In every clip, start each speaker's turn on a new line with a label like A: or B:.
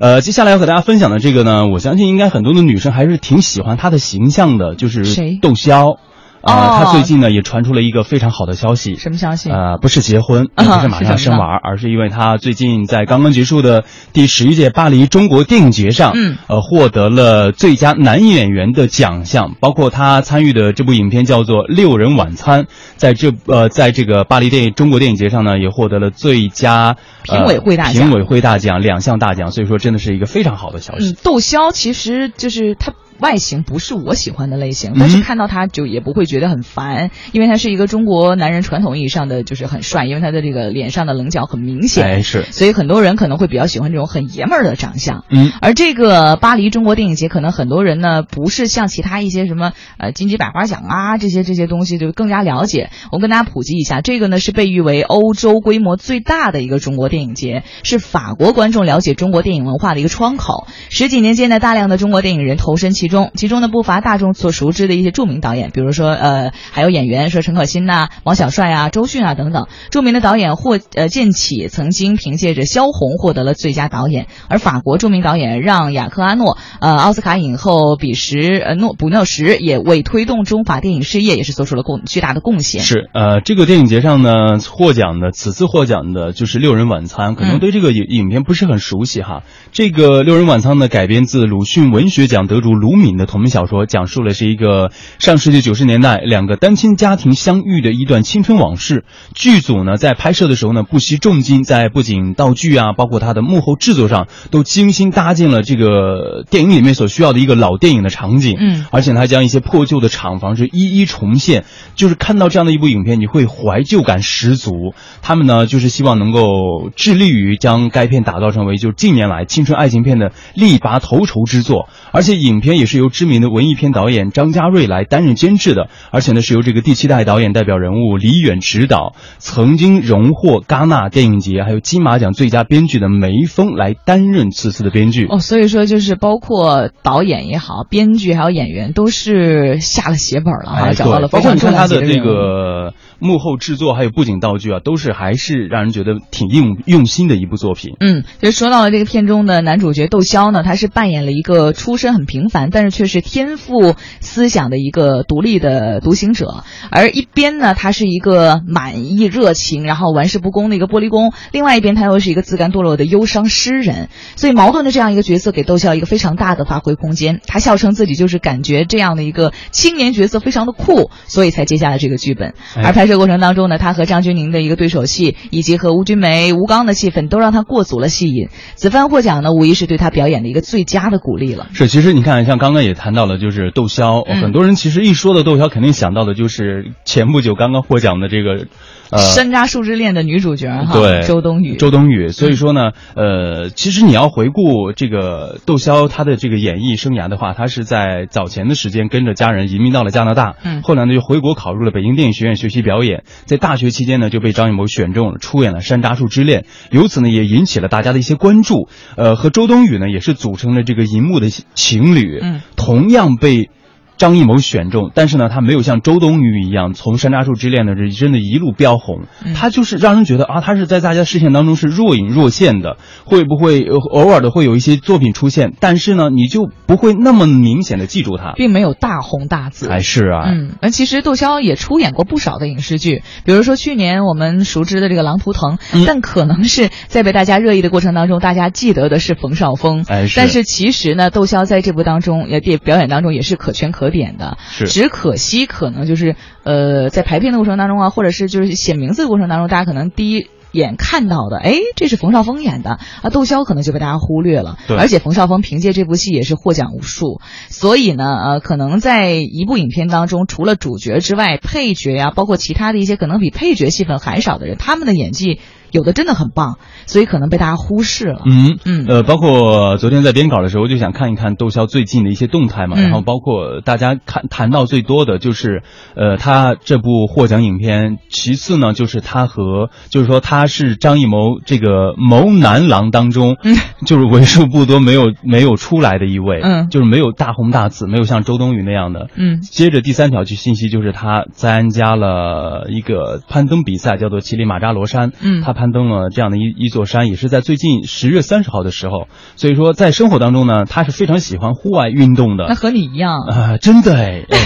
A: 呃，接下来要和大家分享的这个呢，我相信应该很多的女生还是挺喜欢她的形象的，就是
B: 谁
A: 窦骁。啊，
B: 哦
A: 她最近呢也传出了一个非常好的消息，
B: 什么消息
A: 呃，不是结婚，也
B: 啊
A: 不是马上
B: 是什么
A: 生
B: 呢
A: 娃儿，而是因为她最近在刚刚结束的第十一届巴黎中国电影节上，
B: 嗯，
A: 呃，获得了最佳男演员的奖项，包括她参与的这部影片叫做《六人晚餐》，在这呃，在这个巴黎电影中国电影节上呢，也获得了最佳呃
B: 评委会大奖
A: 评委会大奖两项大奖，所以说真的是一个非常好的消息。
B: 嗯，窦骁其实就是她外形不是我喜欢的类型，但是
A: 嗯
B: 看到她就也不会觉得很烦，因为他是一个中国男人传统意义上的就是很帅，因为他的这个脸上的棱角很明显，
A: 哎，是，
B: 所以很多人可能会比较喜欢这种很爷们儿的长相。
A: 嗯，
B: 而这个巴黎中国电影节，可能很多人呢不是像其他一些什么呃金鸡百花奖啊这些这些东西就更加了解。我跟大家普及一下，这个呢是被誉为欧洲规模最大的一个中国电影节，是法国观众了解中国电影文化的一个窗口。十几年间呢，大量的中国电影人投身其中，其中呢不乏大众所熟知的一些著名导演，比如说呃还有演员，说陈可辛呐、王小帅啊、周迅啊等等。著名的导演霍呃建起曾经凭借着《萧红》获得了最佳导演，而法国著名导演让雅克阿诺呃奥斯卡影后比什呃诺卜诺什也为推动中法电影事业也是做出了贡巨大的贡献。
A: 是，呃，这个电影节上呢，获奖的此次获奖的就是《六人晚餐》，可能
B: 嗯
A: 对这个影影片不是很熟悉哈。这个《六人晚餐》呢，改编自鲁迅文学奖得主卢敏的同名小说，讲述了是一个上世纪九十年代两个单亲家庭相遇的一段青春往事。剧组呢在拍摄的时候呢，不惜重金，在不仅道具啊，包括它的幕后制作上，都精心搭建了这个电影里面所需要的一个老电影的场景。
B: 嗯
A: 而且呢还将一些破旧的厂房是一一重现。就是看到这样的一部影片，你会怀旧感十足。他们呢，就是希望能够致力于将该片打造成为就近年来青春爱情片的力拔头筹之作。而且影片也是由知名的文艺片导演张家瑞来担任监制的，而且呢是由这个第七代导演代表人物李远执导，曾经荣获戛纳电影节还有金马奖最佳编剧的梅峰来担任此次的编剧。
B: 哦，所以说就是包括导演也好，编剧还有演员都是下了血本了哈，
A: 哎，
B: 找
A: 对
B: 到了非
A: 包括
B: 常
A: 你
B: 重
A: 看
B: 要
A: 他
B: 的
A: 的
B: 几
A: 这
B: 人物
A: 个幕后制作，还有布景道具啊，都是还是让人觉得挺用用心的一部作品。
B: 嗯，就说到了这个片中的男主角窦骁呢，他是扮演了一个出身很平凡，但是却是天赋思想的一个独立的独行者，而一边呢，他是一个满意热情，然后玩世不恭的一个玻璃工，另外一边他又是一个自甘堕落的忧伤诗人，所以矛盾的这样一个角色给窦骁一个非常大的发挥空间。他笑称自己就是感觉这样的一个青年角色非常的酷，所以才接下了这个剧本。
A: 哎
B: 而拍摄过程当中呢，他和张钧甯的一个对手戏，以及和吴君梅、吴刚的戏份，都让他过足了戏瘾。此番获奖呢，无疑是对他表演的一个最佳的鼓励了。
A: 是，其实你看，像刚刚也谈到了，就是窦骁，哦
B: 嗯
A: 很多人其实一说到窦骁，肯定想到的就是前不久刚刚获奖的这个，呃，
B: 山楂树之恋的女主角哈，
A: 对
B: 周冬雨。嗯
A: 周冬雨。所以说呢，呃，其实你要回顾这个窦骁她的这个演艺生涯的话，她是在早前的时间跟着家人移民到了加拿大，
B: 嗯
A: 后来呢就回国考入了北京电影学院学习表演，在大学期间呢就被张艺谋选中了，出演了《山楂树之恋》，由此呢也引起了大家的一些关注。呃，和周冬雨呢也是组成了这个银幕的情侣，
B: 嗯
A: 同样被。张艺谋选中，但是呢，他没有像周冬雨一样从《山楂树之恋》呢，这真的一路飙红。
B: 嗯
A: 他就是让人觉得啊，他是在大家视线当中是若隐若现的，会不会呃偶尔的会有一些作品出现，但是呢，你就不会那么明显的记住他。
B: 并没有大红大紫。
A: 哎，是啊，
B: 嗯，那其实窦骁也出演过不少的影视剧，比如说去年我们熟知的这个《狼图腾》
A: 嗯
B: 但可能是在被大家热议的过程当中，大家记得的是冯绍峰。
A: 哎是
B: 但是其实呢，窦骁在这部当中也电表演当中也是可圈可点的，
A: 是
B: 只可惜可能就是呃，在排片的过程当中啊，或者是就是写名字的过程当中，大家可能第一。眼看到的，哎，这是冯绍峰演的啊，窦骁可能就被大家忽略了。
A: 对
B: 而且冯绍峰凭借这部戏也是获奖无数，所以呢，呃，可能在一部影片当中，除了主角之外，配角呀、包括其他的一些可能比配角戏份还少的人，他们的演技有的真的很棒，所以可能被大家忽视了。
A: 嗯。
B: 嗯，
A: 呃，包括昨天在编稿的时候，就想看一看窦骁最近的一些动态嘛。
B: 嗯
A: 然后包括大家看谈到最多的就是，呃，他这部获奖影片。其次呢，就是他和就是说他是张艺谋这个谋男郎当中， 就是为数不多没有没有出来的一位，
B: 嗯
A: 就是没有大红大紫，没有像周冬雨那样的。
B: 嗯
A: 接着第三条就信息就是他参加了一个攀登比赛，叫做乞力马扎罗山。
B: 嗯
A: 他攀。攀登了这样的一一座山，也是在最近十月三十号的时候。所以说，在生活当中呢，他是非常喜欢户外运动的
B: 那。和你一样啊，
A: 啊，真的哎！ 哎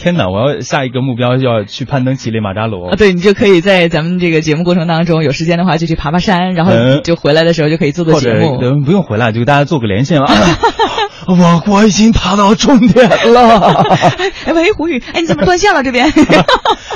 A: 天哪，我要下一个目标要去攀登乞力马扎罗。
B: 啊对你就可以在咱们这个节目过程当中，有时间的话就去爬爬山，然后
A: 嗯
B: 就回来的时候就可以做做
A: 或
B: 节
A: 者
B: 目。
A: 呃不用回来，就给大家做个连线了。啊我我已经爬到终点了。
B: 哎喂，胡宇，哎你怎么断线了 这边？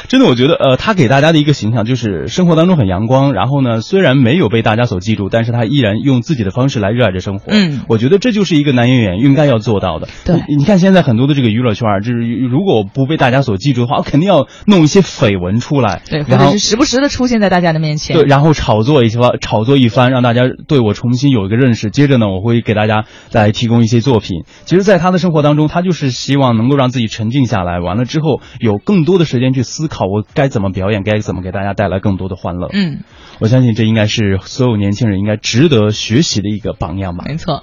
A: 真的，我觉得呃，他给大家的一个形象就是生活当中很阳光，然后呢，虽然没有被大家所记住，但是他依然用自己的方式来热爱着生活。
B: 嗯
A: 我觉得这就是一个男演员应该要做到的。
B: 对
A: 你你看现在很多的这个娱乐圈啊，就是如果不被大家所记住的话，肯定要弄一些绯闻出来，
B: 对，或
A: 然
B: 者
A: 后
B: 是时不时的出现在大家的面前。
A: 对，然后炒作一番，炒作一番，让大家对我重新有一个认识。接着呢，我会给大家来提供一些作品。其实，在他的生活当中，他就是希望能够让自己沉静下来，完了之后有更多的时间去思考我该怎么表演，该怎么给大家带来更多的欢乐。
B: 嗯，
A: 我相信这应该是所有年轻人应该值得学习的一个榜样吧。
B: 没错。